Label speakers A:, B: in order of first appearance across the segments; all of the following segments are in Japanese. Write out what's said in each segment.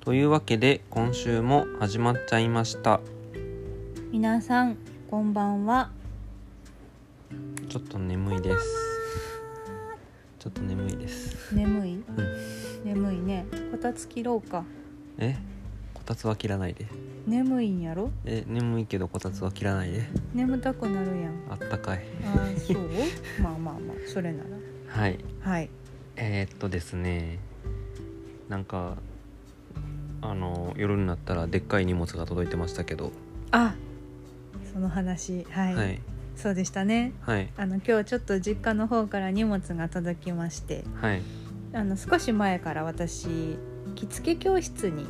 A: というわけで今週も始まっちゃいました
B: 皆さんこんばんは
A: ちょっと眠いですちょっと眠いです
B: 眠い、眠いねこたつ切ろうか
A: えこたつは切らないで
B: 眠いんやろ
A: え眠いけどこたつは切らないで
B: 眠たくなるやん
A: あったかい
B: あーそうまあまあまあそれな
A: はい
B: らはい
A: えー、っとですねなんかあの夜になったらでっかい荷物が届いてましたけど
B: あその話はい、
A: はい
B: そうでしたね
A: はい
B: あの今日ちょっと実家の方から荷物が届きまして
A: はい
B: あの少し前から私着付け教室に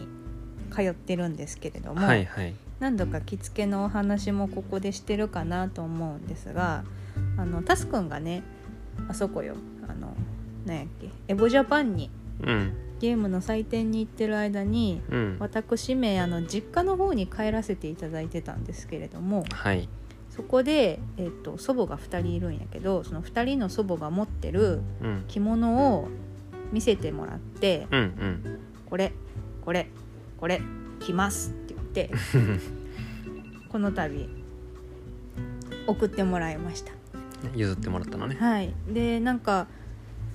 B: 通ってるんですけれども、
A: はいはい
B: 何度か着付けのお話もここでしてるかなと思うんですがあのタスくんがねあそこよあのなんやっけエボジャパンに
A: うん
B: ゲームの祭典に行ってる間に
A: うん
B: 私めあの実家の方に帰らせていただいてたんですけれども
A: はい
B: そこで、えっと祖母が2人いるんやけどその2人の祖母が持ってる
A: うん
B: 着物を見せてもらって
A: うんうん
B: 「これこれこれ着ます」って言 ってこの度送ってもらいました
A: 譲ってもらったのね
B: はいでなんか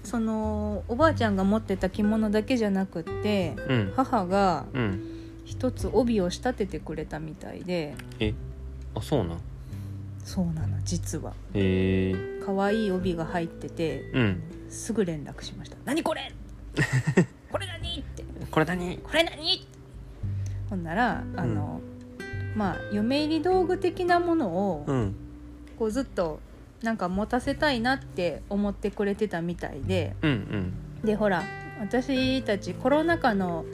B: そのおばあちゃんが持ってた着物だけじゃなくって
A: うん
B: 母が
A: うん
B: 一つ帯を仕立ててくれたみたいで
A: えあそうなん
B: そうなの実は
A: へえ
B: 可愛い帯が入ってて
A: うん
B: すぐ連絡しました「何こ れ! 」これ何って
A: これ何
B: これ何ほんならあの、まあ嫁入り道具的なものを、
A: うん
B: こうずっとなんか持たせたいなって思ってくれてたみたいで
A: うん
B: でほら私たちコロナ禍の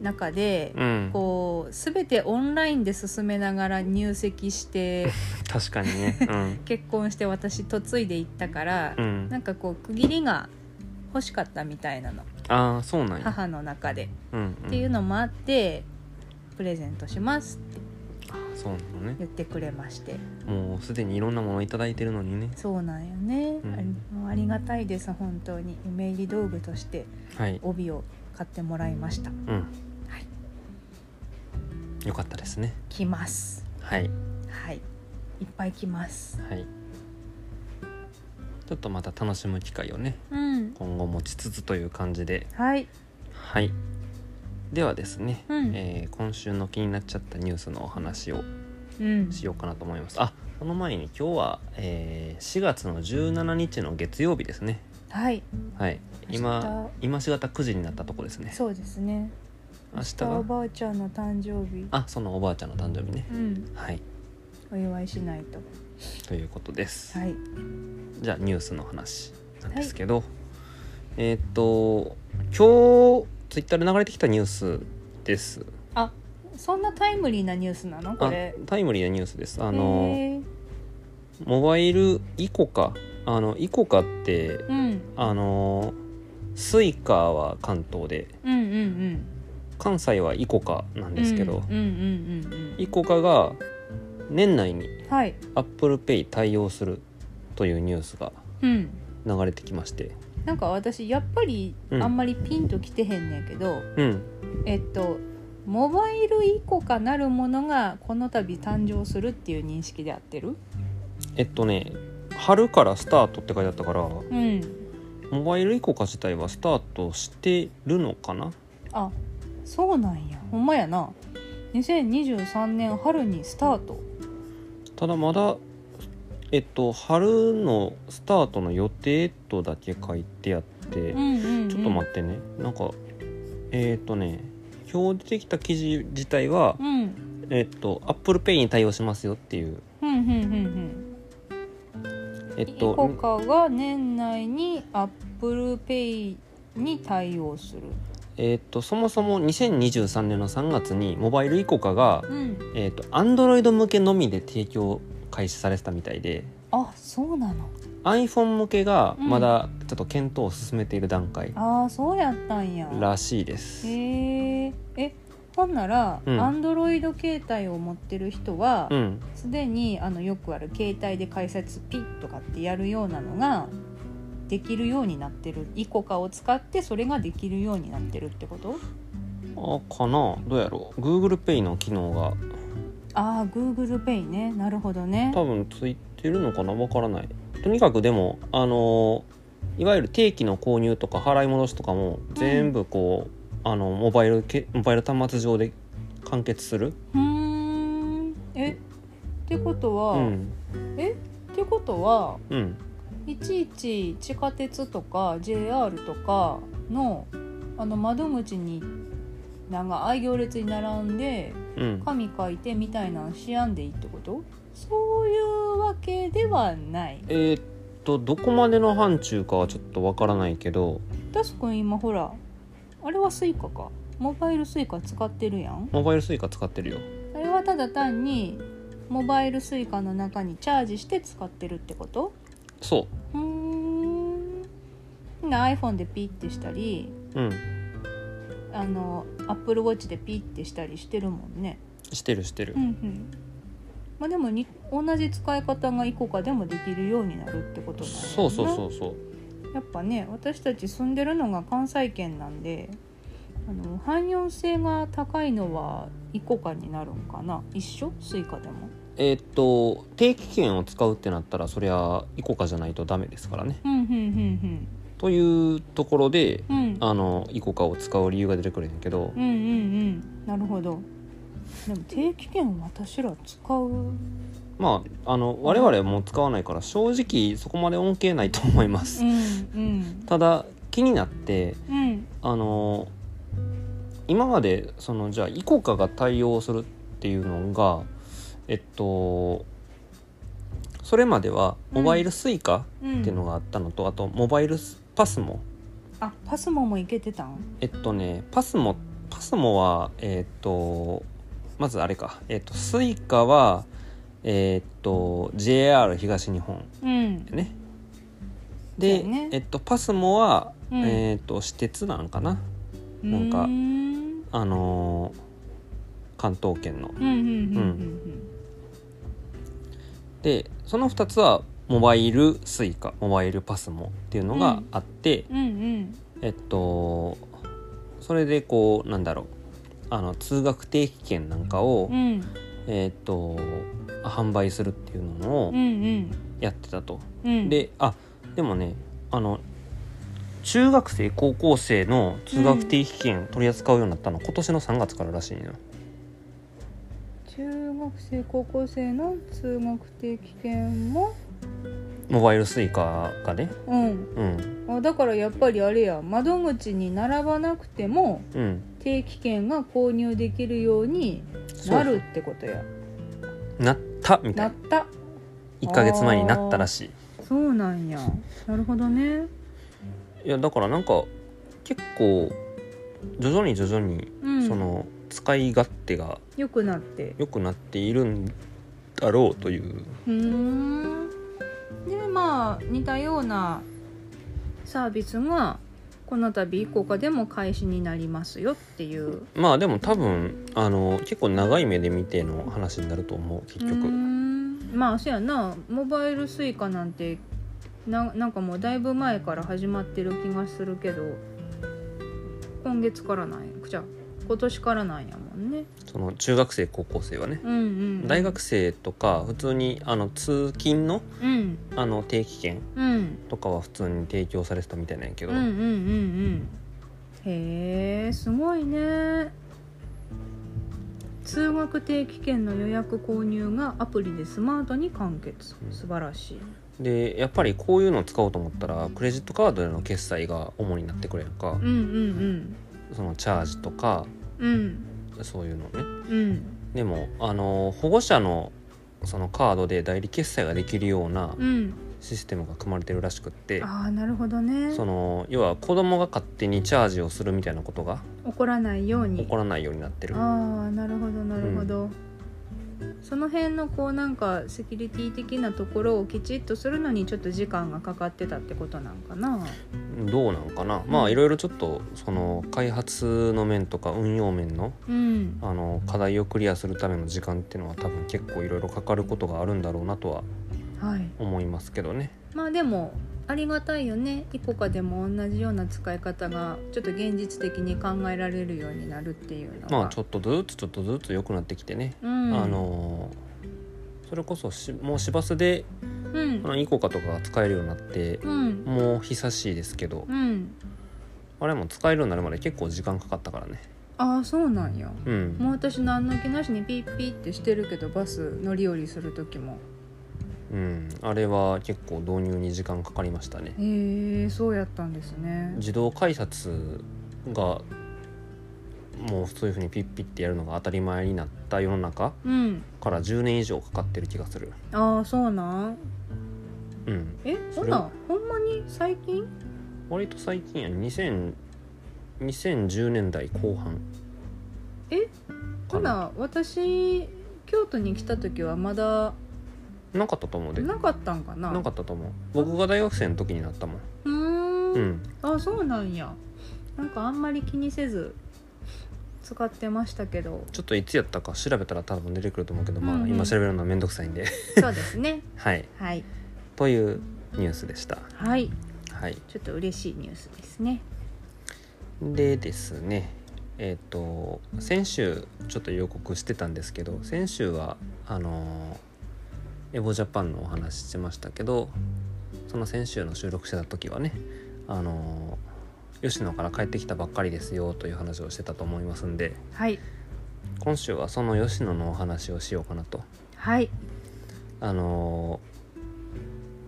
B: 中で
A: うんうん
B: こう全てオンラインで進めながら入籍して
A: 確かに ね
B: 結婚して私嫁いでいったから
A: うんう
B: なんんかこう区切りが欲しかったみたいなの
A: ああそうなんや
B: 母の中で
A: うん
B: っていう
A: うん
B: のもあってプレゼントしますって
A: あーそうなのね
B: 言ってくれまして
A: もうすでにいろんなものをいただいてるのにね
B: そうなんよね
A: うん
B: ありもうありがたいです本当に嫁入り道具として
A: はい
B: 帯を買ってもらいました
A: うん
B: は
A: よかったですね
B: 来ます
A: はい
B: はいいっぱい来ます
A: はいちょっとまた楽しむ機会をね
B: うん
A: 今後持ちつつという感じで
B: はい
A: はいではですね、
B: うん
A: えー今週の気になっちゃったニュースのお話を
B: うん
A: しようかなと思いますあその前に今日は、えー4月の17日の月曜日ですね
B: はい
A: はい今今しがた9時になったとこですね
B: そうですね
A: 明日
B: 明日お
A: が
B: ばあちゃんの誕生日
A: あそのおばあちゃんの誕生日ね
B: うん
A: はい
B: お祝いしないと
A: ということです、
B: はい
A: じゃあニュースの話なんですけど、えーっと今日ツイッターで流れてきたニュースです
B: あそんなタイムリーなニュースなのこ
A: あ
B: れ
A: タイムリーなニュースですあ
B: あ
A: のモバイルイコカあのイコカって
B: うん
A: あのスイカは関東で
B: うんうんうん
A: 関西はイコカなんですけど、
B: うんうんうんうん
A: イコカが年内に
B: うんはい
A: ApplePay 対応するというニュースが
B: うん
A: 流れてきまして
B: なんか私やっぱり
A: うん
B: あんまりピンときてへんねんけど、
A: うん
B: えっとモバイル以降かなるものがこの度誕生するっていう認識で合ってる
A: えっとね春からスタートって書いてあったからモ
B: うん
A: バイルイコカ自体はスタートしてるのかな
B: あそうなんやほんまやな2023年春にスタート
A: ただまだえっと春のスタートの予定とだけ書いてあって、
B: うんうん、うん、
A: ちょっと待ってねなんかえっとね今日出てきた記事自体は、
B: うん
A: えっと ApplePay に対応しますよっていう
B: うんうんうんうん
A: え
B: イ
A: っと
B: コカが年内にアップルペイに対応する
A: えーっとそもそも2023年の3月にモバイルイコカが、
B: うん
A: えーっと Android 向けのみで提供開始されてたみたいで
B: あそうなの
A: iPhone 向けが
B: うん
A: まだちょっと検討を進めている段階
B: ああそうやったんや
A: らしいです、
B: へええほんなら
A: うん
B: アンドロイド携帯を持ってる人は
A: うん
B: すで、にあのよくある携帯で解説ピッとかってやるようなのができるようになってるイコカを使ってそれができるようになってるってこと
A: あかなどうやろう GooglePay の機能が
B: ああ GooglePay ねなるほどね
A: 多分ついてるのかなわからないとにかくでもあのいわゆる定期の購入とか払い戻しとかも全部こう、あのモバイルけモバイル端末上で完結する、
B: うーんえってこと
A: う
B: は、
A: ん
B: えってことは
A: うん、
B: いちいち地下鉄とか JR とかのあの窓口になんかあい行列に並んで
A: うん、
B: 紙書いてみたいなんしやんでいいってことそういうわけではない
A: えーっとどこまでの範疇かはちょっとわからないけど
B: タスくん今ほらあれはスイカかモバイルスイカ使ってるやん
A: モバイル Suica 使ってるよ
B: あれはただ単にモバイルスイカの中にチャージして使ってるってこと
A: そう
B: ーんな iPhone でピッてしたり
A: ううん
B: あの Apple Watch でピッてしたりしてるもんね
A: してるしてる
B: うんうんまあでもに同じ使い方がい個かでもできるようになるってことなんやな
A: そうそうそうそう
B: やっぱね私たち住んでるのが関西圏なんであの汎用性が高いのはイコカになるんかな一緒スイカでも
A: えーっと定期券を使うってなったらそりゃイコカじゃないとダメですからね
B: うんうん
A: というところで
B: うんうんうん
A: あのイコカを使う理由が出てくるんやけど
B: うんうんうんなるほどでも定期券私ら使う
A: まああの我々はもう使わないから正直そこまで恩恵ないと思いま
B: う
A: す
B: んうん
A: ただ気になって
B: うん
A: あの今までそのじゃあイコカが対応するっていうのがえっとそれまではモバイルスイカ
B: うん
A: っていうのがあったのと、あとモバイルスパスモ
B: あパスモもいけてたん
A: えっとねパスモパスモはえっとまずあれかえっとスイカはえっと JR 東日本
B: うん
A: ねで、
B: そうね
A: えっとパスモは、
B: うん
A: えっと私鉄なのかななんか
B: うーん
A: あのー関東圏の
B: うんうんうんうん
A: でその2つはモバイルスイカモバイルパスモっていうのがあって、
B: うんうん
A: えっとそれでこうなんだろうあの通学定期券なんかを、
B: うんうん
A: えっと販売するっていうのを
B: うんうん
A: やってたと、
B: うん
A: であでもねあの中学生高校生の通学定期券取り扱うようになったの、今年の3月かららしいのよ
B: 中学生高校生の通学定期券も
A: モバイルスイカがね
B: うん
A: うん
B: あだからやっぱりあれや窓口に並ばなくても
A: うん
B: 定期券が購入できるように
A: そう
B: なるってことや
A: なったみた
B: ないっ。た
A: 1ヶ月前になったらし
B: そうなんやなるほどね
A: いいやだからなんか結構徐々に徐々に
B: うん
A: その使い勝手が
B: よくなって
A: 良くなっているんだろうという
B: うーんでまあ似たようなサービスがこの度以降かでも開始になりますよっていう
A: まあでも多分あの結構長い目で見ての話になると思う結
B: うー
A: 局
B: んまあそうやなモバイル Suica なんてななんかもうだいぶ前から始まってる気がするけど今月からなんやじゃあ今年からなんやもんね
A: その中学生高校生はね
B: うんうん
A: 大学生とか普通にあの通勤の
B: うん
A: あの定期券
B: うん
A: とかは普通に提供されてたみたいなんやけ
B: うん
A: ど、
B: うんうんうんへえすごいね通学定期券の予約購入がアプリでスマートに完結素晴らしい
A: でやっぱりこういうのを使おうと思ったらクレジットカードでの決済が主になってくるやんか
B: うんうん
A: そのチャージとか
B: うんうん
A: そういうのね
B: うん
A: でもあの保護者のそのカードで代理決済ができるような
B: うん
A: システムが組まれてるらしくって
B: ああなるほどね
A: その要は子供が勝手にチャージをするみたいなことが
B: 怒らないよう
A: 起
B: に
A: こらないようになってる
B: ああなるほどなるほど、その辺のこうなんかセキュリティ的なところをきちっとするのにちょっと時間がかかってたってことなんかな
A: どうなんかなまあいろいろちょっとその開発の面とか運用面の
B: うん
A: あの課題をクリアするための時間っていうのは多分結構いろいろかかることがあるんだろうなとは
B: はい
A: 思いますけどね
B: まあでもありがたいよねイコカでも同じような使い方がちょっと現実的に考えられるようになるっていうのが
A: まあちょっとずつちょっとずつ良くなってきてね、
B: うん、
A: あのーそれこそしもう市バスで
B: うん
A: あのイコカとかが使えるようになって
B: うん
A: もう久しいですけど
B: うん
A: あれも使えるようになるまで結構時間かかったからね
B: ああそうなんや
A: うん
B: もう私何の気なしにピッピッってしてるけどバス乗り降りする時も
A: うんあれは結構導入に時間かかりましたね
B: へえー、そうやったんですね
A: 自動改札がもうそういうふうにピッピッてやるのが当たり前になった世の中
B: うん
A: から10年以上かかってる気がする
B: ああそうなん
A: うん
B: えそんなんほんまに最近
A: 割と最近や2000 2010年代後半
B: え
A: か
B: ほ
A: な
B: ら私京都に来た時はまだ
A: なかったと思うでな
B: なかったんかな
A: かったと思う僕が大学生の時になったもん
B: うーん
A: うん
B: あそうなんやなんかあんまり気にせず使ってましたけ ど
A: ちょっといつやったか調べたら多分出てくると思うけど、
B: うん
A: ま
B: う
A: あ
B: ん
A: 今調べるのは面倒くさいんで
B: そうですね
A: はい
B: はい
A: というニュースでした
B: はい
A: はい
B: ちょっと嬉しいニュースですね
A: でですねえっ、と先週ちょっと予告してたんですけど先週はあのーエボジャパンのお話ししてましたけどその先週の収録してた時はねあのー吉野から帰ってきたばっかりですよという話をしてたと思いますんで
B: はい
A: 今週はその吉野のお話をしようかなと
B: はい
A: あの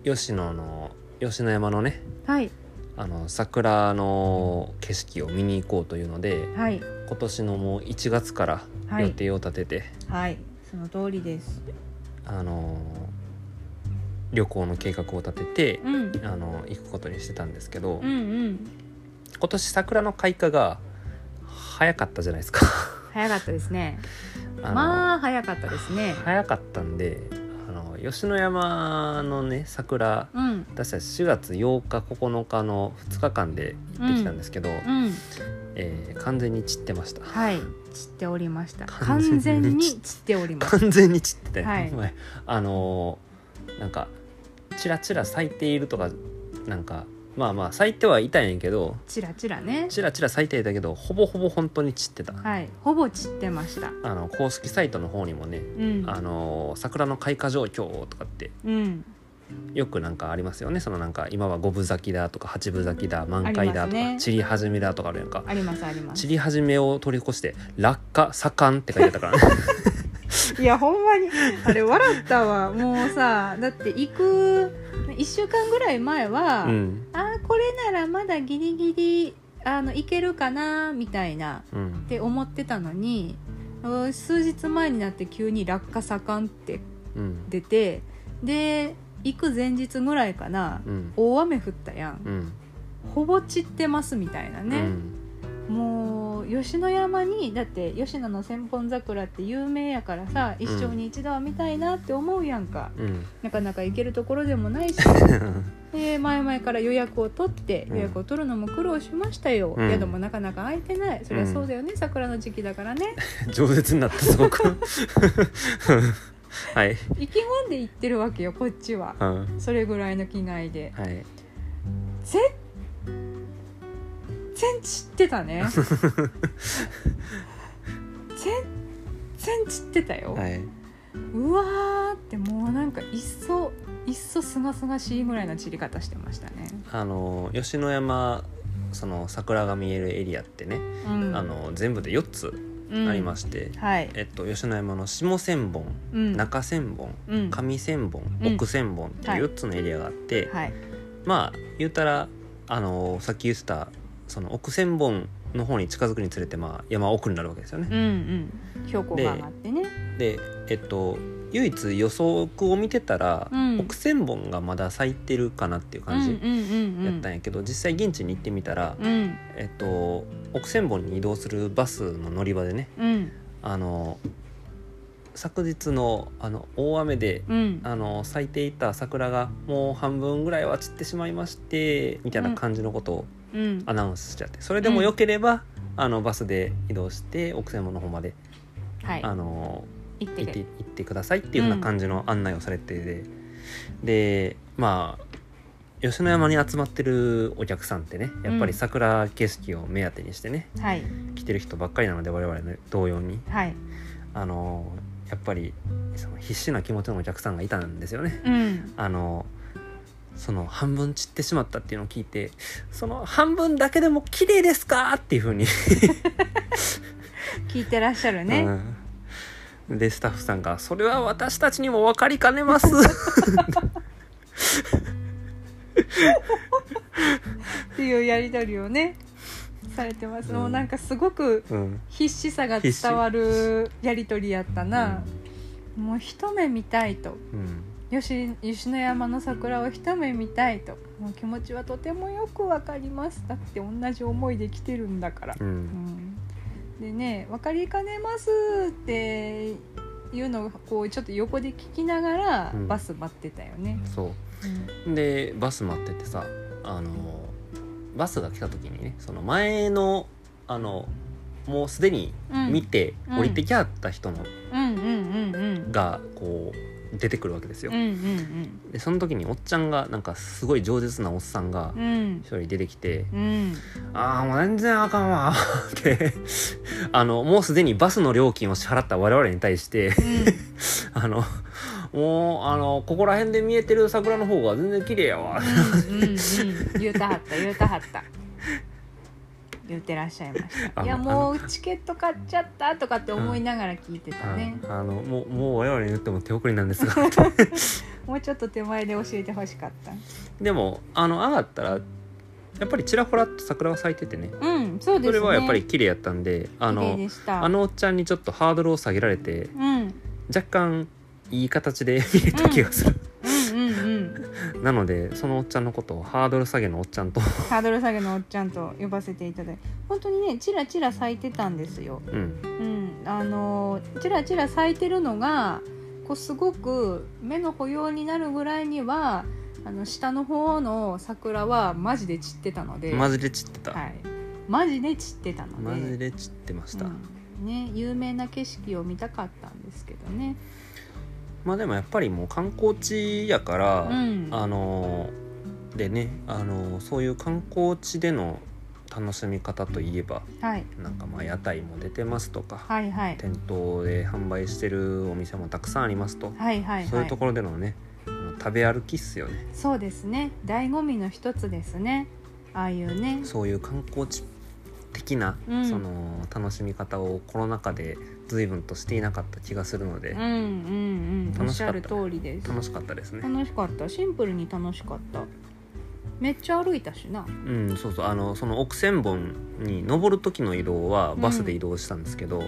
A: ー吉野の吉野山のね
B: はい
A: あの桜の景色を見に行こうというので
B: はい
A: 今年のもう1月から
B: はい
A: 予定を立てて、
B: はいその通りです
A: あのー旅行の計画を立てて、
B: うん
A: あの行くことにしてたんですけど、
B: うんうん
A: 今年桜の開花が早かったじゃないですか。
B: 早かったですね
A: あの
B: まあ早かったですね
A: 早かったんであの吉野山のね桜
B: うん
A: 私たち4月8日9日の2日間で行ってきたんですけど、
B: うん
A: えー完全に散ってました
B: はい散っておりました完
A: 完
B: 全
A: 全に
B: に散っており ます
A: 完全に散ってたよ、
B: はい
A: 前あのーなんかチラチラ咲いているとかなんかまあまあ咲いてはいたんやけど
B: チラチラね
A: チラチラ咲いていたけどほぼほぼ本当に散ってた、
B: はいほぼ散ってました
A: あの公式サイトの方にもね
B: うん
A: あのー桜の開花状況とかって
B: うん
A: よくなんかありますよねそのなんか今は五分咲きだとか八分咲きだ満開だと
B: あり
A: か、
B: ますね
A: 散り始めだとかあるやんか
B: ありますあります
A: 散り始めを通り越して落下盛んって書いてあったからね
B: いやほんまにあれ笑ったわもうさだって行く1週間ぐらい前 は、
A: うん
B: あーこれならまだギリギリあの行けるかなみたいな
A: うん
B: って思ってたのにうん数日前になって急に落下盛んって
A: うん
B: 出てで行く前日ぐらいかな
A: うん
B: 大雨降ったやん
A: うん
B: ほぼ散ってますみたいな
A: う
B: ね、
A: ん
B: もう吉野山にだって吉野の千本桜って有名やからさ一生に一度は見たいなって思うやんか、
A: うん
B: なかなか行けるところでもないしで前々から予約を取って
A: うん
B: 予約を取るのも苦労しましたよ、
A: うん
B: 宿もなかなか空いてないそりゃそうだよね、桜の時期だからね
A: 饒舌になったすごく はい、
B: 意気込んで行ってるわけよこっちは
A: うん、はい
B: それぐらいの気概で全然散って たね全然散ってたよ、
A: はいう
B: わーってもうなんかいっそいっそすがすがしいぐらいの散り方してましたね、
A: あの吉野山その桜が見えるエリアってね、
B: うん、
A: あの全部で4つありま
B: し
A: して、
B: はい、
A: えっと、吉野山の下千本
B: うん
A: 中千本
B: うん
A: 上千本
B: うん
A: 奥千本って
B: はい
A: いう4つのエリアがあって、
B: はい
A: まあ言うたらあのさっき言ってたその奥千本の方に近づくにつれて、まあ、山奥になるわけですよね。
B: うんうん、標高が上がってね。
A: でえっと唯一予測を見てたら、
B: うん
A: 奥千本がまだ咲いてるかなっていう感
B: うん
A: じ
B: うんうんう
A: や
B: ん、
A: ったんやけど、実際現地に行ってみたら、
B: うん
A: えっと、奥千本に移動するバスの乗り場でね
B: うん
A: あの昨日のあの大雨で、
B: うん
A: あの咲いていた桜がもう半分ぐらいは散ってしまいましてみたいな感じのことを
B: うん
A: アナウンスしちゃってそれでもよければ、あのバスで移動して奥千本の方まで、
B: はい
A: あの
B: 行って
A: 行って
B: け
A: 行ってくださいっていうふうな感じの案内をされてて、でまあ吉野山に集まってるお客さんってねやっぱり桜景色を目当てにしてね、
B: はい
A: 来てる人ばっかりなので我々の同様に
B: はい
A: あのやっぱりその必死な気持ちのお客さんがいたんですよね。
B: うん
A: あのその半分散ってしまったっていうのを聞いてその半分だけでも綺麗ですかっていうふうに、
B: 聞いてらっしゃるね、
A: うんでスタッフさんが「それは私たちにも分かりかねます」
B: っていうやり取りをねされてます、
A: うん
B: もうなんかすごく
A: うん
B: 必死さが伝わるやり取りやったな、もう一目見たいと
A: うん
B: 吉吉野山の桜を一目見たいともう気持ちはとてもよくわかりますだって同じ思いで来てるんだから、
A: う
B: うんん、でね「分かりかねます」っていうのをこうちょっと横で聞きながら
A: うん
B: バス待ってたよね、
A: そう
B: うん
A: でバス待っててさあのバスが来た時にねその前のあのもうすでに
B: うん、
A: 見て
B: うん
A: 降りてきはった人の
B: うんうんうんうん
A: がこう出てくるわけですよ
B: うん。うん
A: でその時におっちゃんがなんかすごい饒舌なおっさんが
B: うんうん
A: 一人出てきて
B: うん
A: 「ああもう全然あかんわ」 ってあのもうすでにバスの料金を支払った我々に対してあのもうあのここら辺で見えてる桜の方が全然綺麗やわ
B: うんうんうん言うたはった言うたはった言うてらっしゃいまし
A: あ
B: たいや
A: あの
B: もうチケット買っちゃったとかって思いながら聞いてたね、
A: あのもうもう我々に言っても手遅れなんですが
B: もうちょっと手前で教えてほしかった
A: でもあの上がったらやっぱりちらほらっと桜は咲いててね
B: うんそうですね
A: それはやっぱり綺麗やったんであ
B: 綺麗
A: の
B: でした
A: あのおっちゃんにちょっとハードルを下げられて
B: うんうん
A: 若干いい形 で見れた気がする、
B: うんうん
A: なのでそのおっちゃんのことをハードル下げのおっちゃん と
B: ハードル下げのおっちゃんと呼ばせていただいて本当にねチラチラ咲いてたんですよ
A: うん
B: うん、あのちらちら咲いてるのがこうすごく目の保養になるぐらいにはあの下の方の桜はマジで散ってたので
A: マジで散ってた、
B: はい、マジで散ってたので
A: マジで散ってました、
B: うんね、有名な景色を見たかったんですけどね。
A: まあでもやっぱりもう観光地やから、
B: うん
A: あのでねあのそういう観光地での楽しみ方といえば
B: はい、
A: なんかまあ屋台も出てますとか、
B: はい、はい、
A: 店頭で販売してるお店もたくさんありますと、
B: はい、はい、
A: そう
B: は
A: いうと
B: い。
A: ころでのねあの食べ歩きっすよね
B: そうですね、醍醐味の一つですね。ああいうね。
A: そういう観光地的な、
B: うん
A: その楽しみ方をコロナ禍で随分としていなかった気がするので、
B: うん、うん、うん、おっ
A: 楽し
B: し
A: か
B: ゃ
A: った
B: る通りです。
A: 楽しかったですね。
B: 楽しかったシンプルに楽しかっためっちゃ歩いたしな
A: うん、そうそうあのその奥千本に登る時の移動はバスで移動したんですけど、
B: うん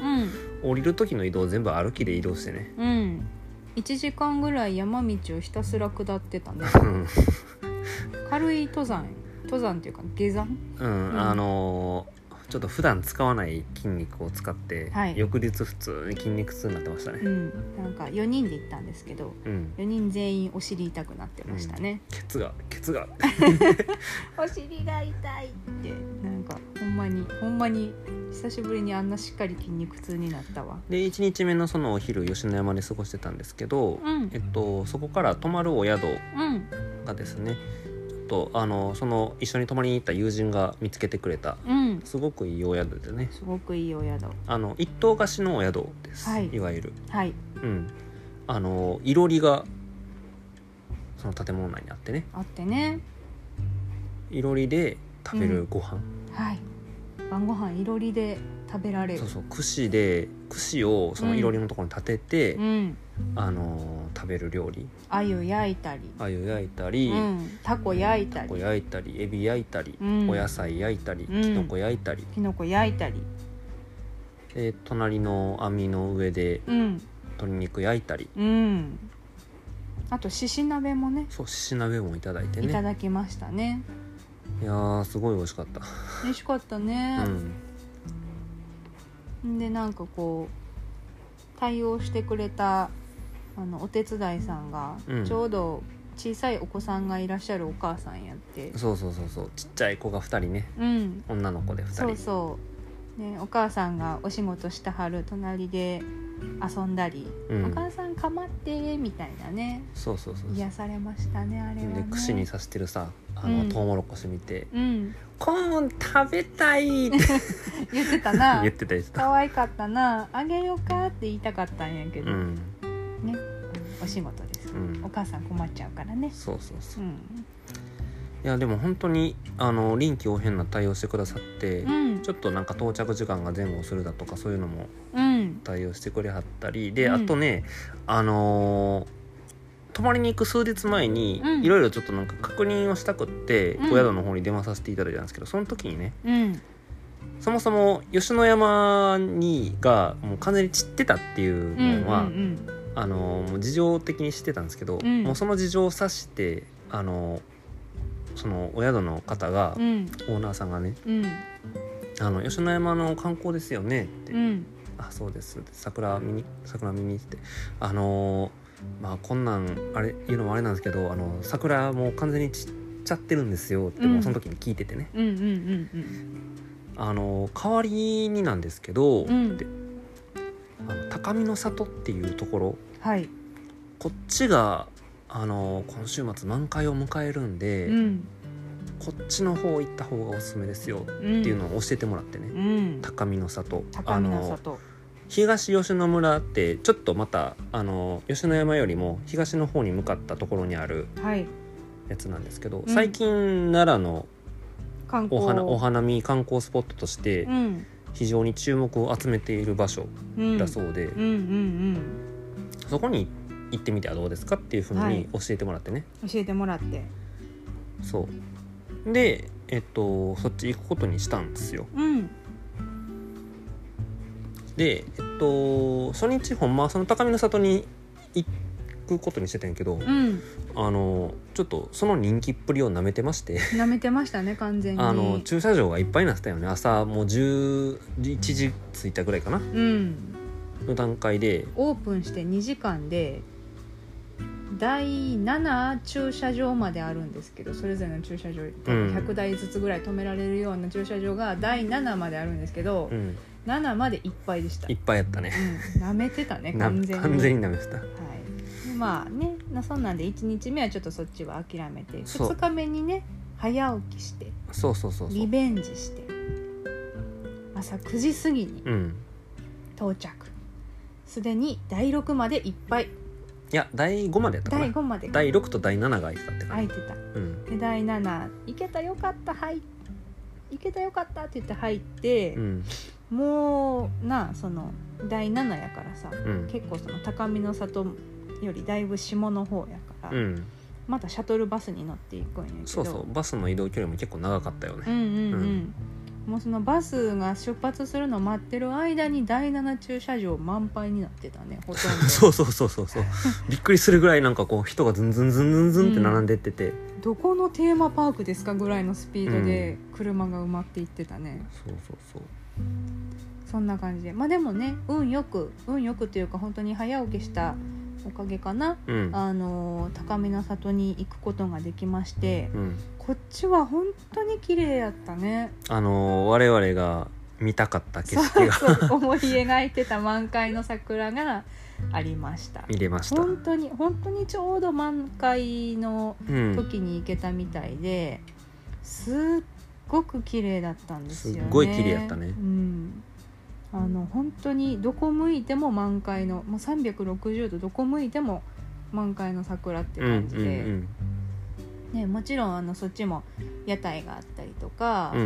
A: 降りる時の移動全部歩きで移動してね。
B: うん1時間ぐらい山道をひたすら下ってたね
A: うん
B: 軽い登山登山っていうか下山
A: うん、
B: うん
A: あのーちょっと普段使わない筋肉を使って、
B: はい
A: 翌日普通に筋肉痛になってました
B: う
A: ね、
B: んなんか4人で行ったんですけど
A: うん、
B: 4人全員お尻痛くなってましたね、
A: ケツがケツが
B: お尻が痛いってなんかほんまにほんまに久しぶりにあんなしっかり筋肉痛になったわ
A: で1日目のそのお昼吉野山で過ごしてたんですけど、
B: うん
A: えっと、そこから泊まるお宿
B: うん
A: がですねちょっとあのその一緒に泊まりに行った友人が見つけてくれた
B: うん
A: すごくいいお宿でね
B: すごくいいお宿
A: あの一棟貸しのお宿です、
B: はい
A: い、わゆる、
B: はい
A: うん、あのいろりがその建物内にあってね
B: あってね
A: いろりで食べるご飯、
B: はい。晩ご飯いろりで食べられる。
A: そうそう串で串をそのいろりのところに立てて、
B: うん。
A: あのー食べる料理
B: 鮎焼いたり、
A: 鮎焼いた
B: う
A: り、
B: ん、タコ焼いたり
A: こう、焼いたりエビ焼いたり、
B: うん
A: お野菜焼いたり、
B: うん
A: きのこ焼いたり、
B: きのこ焼いたり、
A: で隣の網の上で
B: うん、
A: 鶏肉焼いたり
B: うん。あと獅子鍋もね。
A: そうしし鍋もいただいて
B: いた
A: ね
B: だきましたね。
A: いやーすごい美味しかった、
B: 美味しかったね。でなんかこう対応してくれたあのお手伝いさんが、
A: うん
B: ちょうど小さいお子さんがいらっしゃるお母さんやって
A: うん、そうそうそうそうちっちゃい子が2人ね
B: うん、
A: 女の子で2人
B: そうそうね、お母さんがお仕事したはる隣で遊んだり「
A: うん
B: お母さんかまって」みたいなね
A: そうそうそう
B: 癒されましたねあれはね
A: で串に刺してるさあの、
B: うん
A: トウモロコシ見て
B: うん
A: 「コーン食べたい!」って
B: 言ってた な
A: 言ってたりした、
B: 可愛かったなあげようかって言いたかったんやけ
A: う
B: ど、
A: ん
B: ねお仕事です、
A: うん
B: お母さん困っちゃうからね、
A: そうそうそううんいやでも本当にあの臨機応変な対応してくださって、
B: うん
A: ちょっとなんか到着時間が前後するだとかそういうのも
B: うん、
A: 対応してくれはったりで、
B: うん
A: あとねあのー泊まりに行く数日前に
B: うん
A: いろいろちょっとなんか確認をしたくって、
B: うん
A: お宿の方に電話させていただいたんですけどその時にね
B: うん、
A: そもそも吉野山にがもう完全に散ってたっていうのは、
B: うんうん
A: あのーもう事情的に知ってたんですけど、
B: うん
A: もうその事情を察してあのーそのお宿の方が、
B: うん
A: オーナーさんがね
B: うん
A: 「あの吉野山の観光ですよね」って
B: うん
A: あそうです桜見に桜見に行ってあのーまあこんなんあれ言うのもあれなんですけどあの桜もう完全に散っちゃってるんですよって、
B: うん
A: もうその時に聞いててね
B: うんうんうん
A: あのー代わりになんですけど、
B: うん
A: であの高見の里っていうところ
B: はい、
A: こっちがあのー今週末満開を迎えるんで、
B: うん
A: こっちの方行った方がおすすめですよっ
B: うん、
A: ていうのを教えてもらってね、
B: うん
A: 高見の里
B: 高見の
A: あのー
B: 里
A: 東吉野村ってちょっとまたあの吉野山よりも東の方に向かったところにある
B: はい
A: やつなんですけど、
B: ん
A: 最近奈良の
B: 観光
A: お花お花見観光スポットとして非常に注目を集めている場所
B: うん
A: だそうで、
B: うんうんうん
A: そこに行ってみてはどうですかっていうふう
B: は
A: に
B: い
A: 教えてもらってね、
B: うん教えてもらって
A: そうでえっとそっち行くことにしたんですよ
B: うん
A: でえっと初日ほんまはその高見の里に行くことにしてたんやけど、
B: うん
A: あのちょっとその人気っぷりをなめてまして
B: 舐めてましたね完全に
A: あの駐車場がいっぱいになってたよね朝もう10 11時着いたぐらいかな
B: うん
A: の段階で
B: オープンして2時間で第7駐車場まであるんですけどそれぞれの駐車場多分100台ずつぐらい止められるような駐車場が第7まであるんですけど、
A: うん
B: 7までいっぱいでした
A: いっぱいやったね
B: うん、舐めてたね
A: な
B: 完全に
A: 完全になめてた
B: はい、まあねなそんなんで1日目はちょっとそっちは諦めて
A: そう
B: 2日目にね早起きして
A: そうそうそうそ
B: リ
A: う
B: ベンジして朝9時過ぎに
A: うん
B: 到着すでに第6までいっぱい
A: いや第5までやったか
B: 第
A: な
B: 5まで
A: 第6と第7が空いてたって感
B: 空
A: じ、
B: いてた
A: うん
B: で第7「行けたよかったはい」行けたよかったって言って入って
A: う、ん
B: もうなあその第7やからさ
A: うん
B: 結構その高見の里よりだいぶ下の方やから、
A: うん
B: またシャトルバスに乗っていくんやけど
A: そうそうバスの移動距離も結構長かったよ
B: う
A: ね、
B: んうんうん、
A: うん
B: もうそのバスが出発するのを待ってる間に第7駐車場満杯になってたねほとんど
A: そうそうそうそうそうびっくりするぐらいなんかこう人がズンズンズンズンズンって並んでってて、
B: どこのテーマパークですかぐらいのスピードで車が埋まっていってたね、
A: そうそうそう
B: そんな感じでまあでもね運よく運よくというか本当に早起きしたおかげかな、
A: うん
B: あのー高見の里に行くことができまして、
A: うん
B: こっちは本当に綺麗やったね
A: あの我々が見たかった景
B: そ
A: 色
B: う
A: が
B: そう思い描いてた満開の桜がありました
A: 見れました。
B: 本当に本当にちょうど満開の
A: うん、
B: 時に行けたみたいで、すっごく綺麗だったんですよね
A: すっごい綺麗やったね
B: うんあの本当にどこ向いても満開のもう360度どこ向いても満開の桜って
A: うん、うん、
B: 感じで、ね、もちろんあのそっちも屋台があったりとか、
A: うん、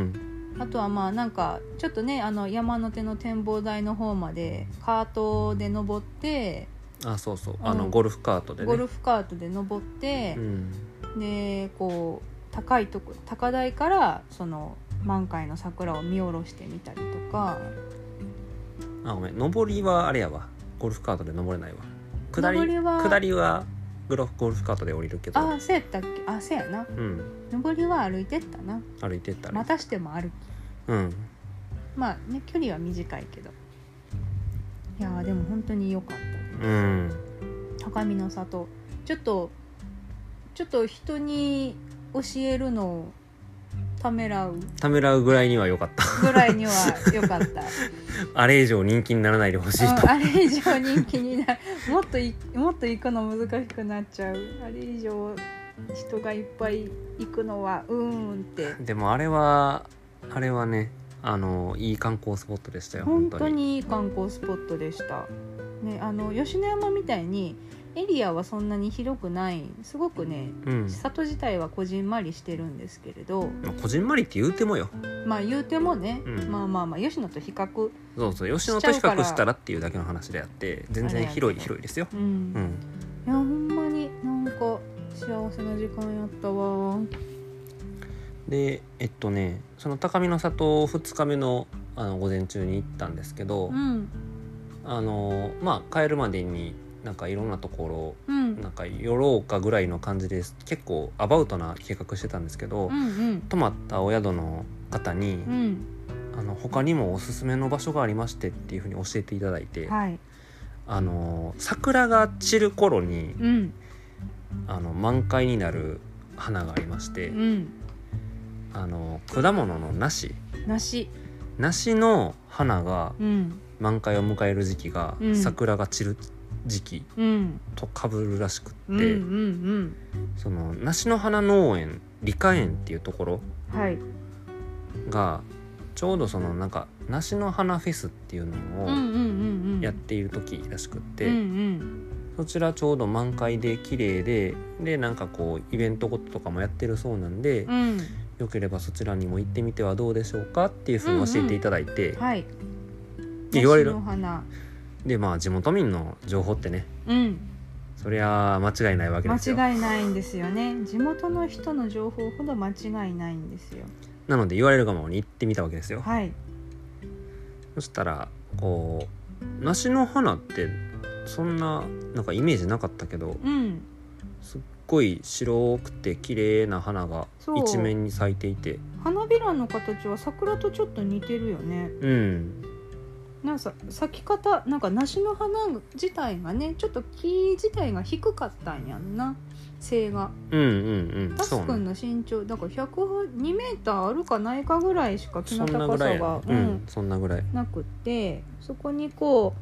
A: うん、
B: あとはまあなんかちょっとねあの山の手の展望台の方までカートで登って、
A: あ、そうそう、あ
B: う
A: の
B: ん
A: ゴルフカートでね。
B: ゴルフカートで登って、
A: うん、
B: でこう高いとこ高台からその満開の桜を見下ろしてみたりとか
A: あ、ごめん、上りはあれやわ。ゴルフカートで登れないわ。下り、
B: 上りは
A: 下りはグロゴルフカートで降りるけど。
B: あせやったっけあせやな
A: うん、
B: 上りは歩いてったな
A: 歩いてったら。
B: またしても歩き
A: うん、
B: まあね距離は短いけどいやーでも本当に良かっ
A: う
B: たです、
A: ん、
B: 高見の里ちょっとちょっと人に教えるのためらう
A: ためらうぐらいには良かった
B: ぐらいには良かった
A: あれ以上人気にならないでほしいと
B: うんあれ以上人気になる もっといもっと行くの難しくなっちゃうあれ以上人がいっぱい行くのはうーんって
A: でもあれはあれはねあのいい観光スポットでしたよ
B: 本
A: 本
B: 当
A: 当に
B: にいい観光スポットでした、ね、あの吉野山みたいにエリアはそんなに広くないすごくね
A: うん
B: 里自体はこじんまりしてるんですけれど
A: まあこじんまりって言うてもよ
B: まあ言うてもね、
A: うん
B: まあまあまあ吉野と比較
A: そうそう吉野と比較したらっていうだけの話であって全然広い広いですよ
B: うん、
A: うん
B: いやほんまになんか幸せな時間やったわ
A: でえっとねその高見の里2日目のあの午前中に行ったんですけど、
B: うん
A: あのまあ帰るまでになんかいろんなとこ
B: う
A: ろ
B: ん
A: なんか寄ろうかぐらいの感じです結構アバウトな計画してたんですけど、
B: うんうん
A: 泊まったお宿の方に、
B: うん、
A: あの他にもおすすめの場所がありましてっていうふうに教えていただいて、
B: はい、
A: あの桜が散る頃に
B: うん、
A: あの満開になる花がありまして、
B: うん、
A: あの果物の梨
B: 梨、
A: 梨の花が
B: うん、
A: 満開を迎える時期が、
B: うん
A: 桜が散る時期
B: うん、
A: と被るらしくって、
B: うん、うん、
A: その梨の花農園理科園っていうところ
B: うん、はい、
A: がちょうどそのなんか梨の花フェスっていう
B: うん、うん、う
A: のを
B: ん、うん、
A: やっている時らしくって、
B: うん、
A: そちらちょうど満開で綺麗ででなんかこうイベントごととかもやってるそうなんで、
B: うん、うん、
A: よければそちらにも行ってみてはどうでしょうかっていうふうに教えていただいて、
B: はい、
A: で言われる
B: 梨の花、
A: でまあ地元民の情報ってね
B: うん、
A: そりゃ間違いないわけですよ。
B: 間違いないんですよね。地元の人の情報ほど間違いないんですよ。
A: なので言われるがままに行ってみたわけですよ。
B: はい、
A: そしたらこう梨の花ってそんななんかイメージなかったけど
B: うん、
A: すっごい白くて綺麗な花が
B: そう
A: 一面に咲いていて
B: 花びらの形は桜とちょっと似てるよね。
A: うん
B: なんかさ咲き方なんか梨の花自体がねちょっと木自体が低かったんやんな背が
A: うんうんうん
B: タス
A: そう
B: 君
A: ね
B: の身長だから102メーターあるかないかぐらいしか木
A: そ
B: の
A: んな
B: 高
A: ぐ
B: さ
A: らいや
B: が
A: な、うん、そんなぐらい
B: なくってそこにこ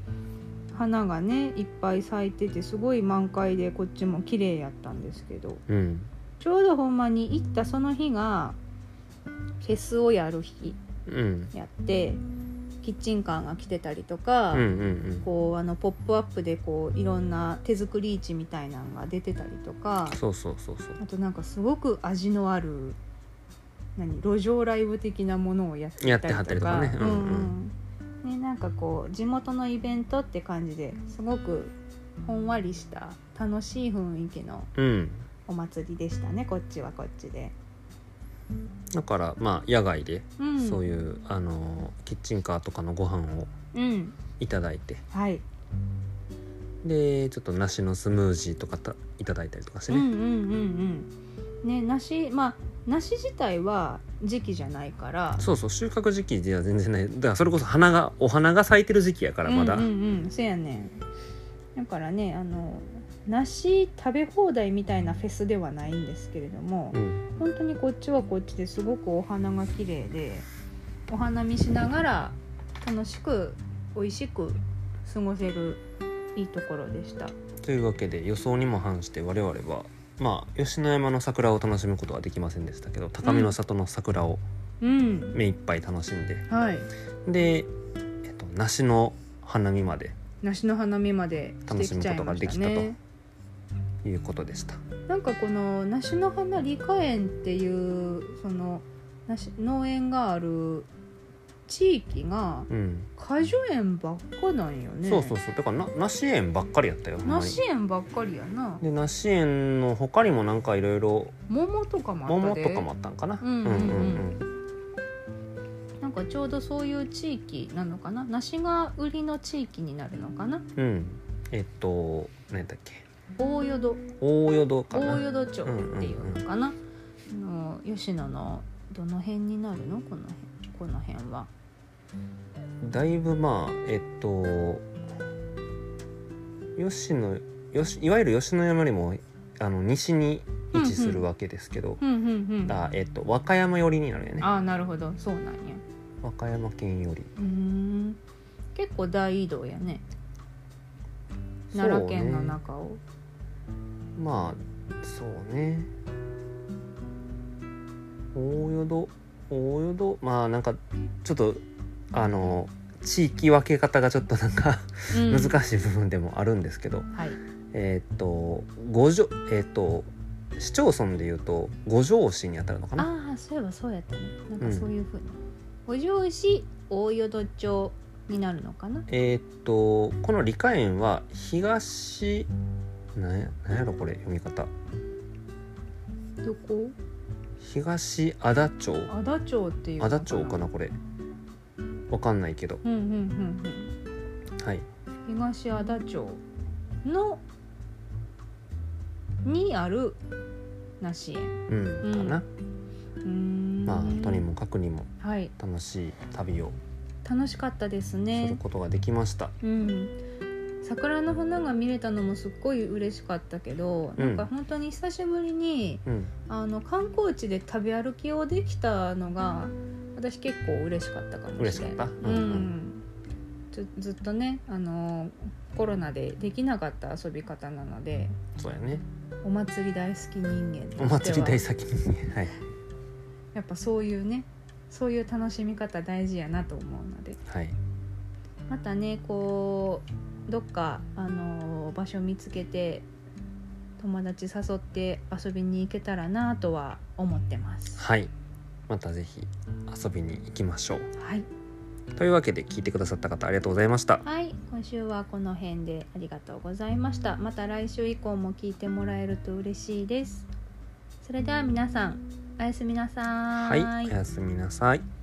B: う花がねいっぱい咲いててすごい満開でこっちも綺麗やったんですけど
A: うん
B: ちょうどほんまに行ったその日がフェスをやる日
A: うん
B: やってキッチンカーが来てたりと
A: う
B: か、
A: んうん
B: こうあのポップアップでこういろんな手作り市みたいなのが出てたりとか
A: うんそうそうそうそう
B: あとなんかすごく味のある何路上ライブ的なものをやって
A: やっ
B: たり
A: てはったり
B: と
A: とか
B: か
A: ね
B: う
A: うんうん
B: んうんねなんかこう地元のイベントって感じですごくほんわりした楽しい雰囲気の
A: うん
B: お祭りでしたねこっちはこっちで、
A: だからまあ野外で
B: うん、
A: そう
B: う
A: いう、あのキッチンカーとかのご飯を
B: うん
A: いただいて
B: はい、
A: でちょっと梨のスムージーとかたいただいたりとかして
B: うんうん
A: ね、
B: うんうんね梨まあ梨自体は時期じゃないから
A: そうそう収穫時期では全然ないだからそれこそ花がお花が咲いてる時期やからまだ、
B: うんうんうん、そうやねんだからねあの梨食べ放題みたいなフェスではないんですけれども、
A: うん
B: 本当にこっちはこっちですごくお花が綺麗でお花見しながら楽しく美味しく過ごせるいいところでした
A: というわけで予想にも反して我々はまあ吉野山の桜を楽しむことはできませんでしたけど高見の里の桜を
B: うん
A: 目いっぱい楽しんで、
B: はい
A: で、えっと、梨の花見まで
B: 梨の花見まで
A: 楽しむことができたと
B: してきちゃいまし
A: いうことでした。
B: なんかこの梨の花理科園っていうその梨農園がある地域が
A: うん
B: 果樹園ばっかなんよね
A: そうそうそうだからな梨園ばっかりやったよほんまに
B: 梨園ばっかりやな
A: で梨園の他にもなんかいろいろ
B: 桃とかもあっ
A: 桃
B: たで
A: とかもあったんかな
B: うんうんうん
A: うんうん
B: なんかちょうどそういう地域なのかな梨が売りの地域になるのかな
A: うんうんえっと何だっけ
B: 大淀
A: 大淀かな
B: 大淀町っていうのかな、あの吉野のどの辺になるのこの辺この辺は
A: だいぶまあえっと吉野よしいわゆる吉野山よりもあの西に位置するわけですけど、
B: うんうんうん
A: あえっと、和歌山寄りになるよね
B: ああなるほどそうなんや
A: 和歌山県寄り
B: うーん結構大移動やね奈良県の中
A: そ
B: を
A: うねまあそうね大淀大淀まあなんかちょっとあの地域分け方がちょっとなんか
B: うん
A: 難しい部分でもあるんですけど、
B: はい
A: えーっと五条えーっと市町村でいうと五条市に当たるのかな
B: ああそういえばそうやったねなんかそういうふうに、お上司大淀町になるのかな
A: えーっとこの理科園は東なんやなんやろこれ読み方
B: どこ
A: 東安田町
B: 足田町っていうの
A: 安田町かなこれわかんないけど
B: うんうんうん
A: はい
B: うん東足田町のにある梨園
A: うんかな、
B: うーん
A: まあとにもかくにも
B: はい
A: 楽しい旅を
B: 楽しかったです
A: す
B: ね
A: ることができました、
B: うん、桜の花が見れたのもすっごい嬉しかったけど、
A: うん
B: なんか本当に久しぶりに
A: うん
B: あの観光地で食べ歩きをできたのが私結構嬉しかったかもしれない
A: 嬉しかった
B: う
A: うん
B: ん
A: うん
B: ずずっとねあのコロナでできなかった遊び方なので
A: そうやね
B: お祭り大好き人間として
A: お
B: は
A: 祭り大先にはい
B: やっぱそういうねそういう楽しみ方大事やなと思うので
A: はい
B: またねこうどっか、あのー場所見つけて友達誘って遊びに行けたらなとは思ってます。
A: はいまたぜひ遊びに行きましょう
B: はい、
A: というわけで聞いてくださった方ありがとうございました
B: はい、今週はこの辺でありがとうございました。また来週以降も聞いてもらえると嬉しいです。それでは皆さんおやすみなさ
A: はいおやすみなさい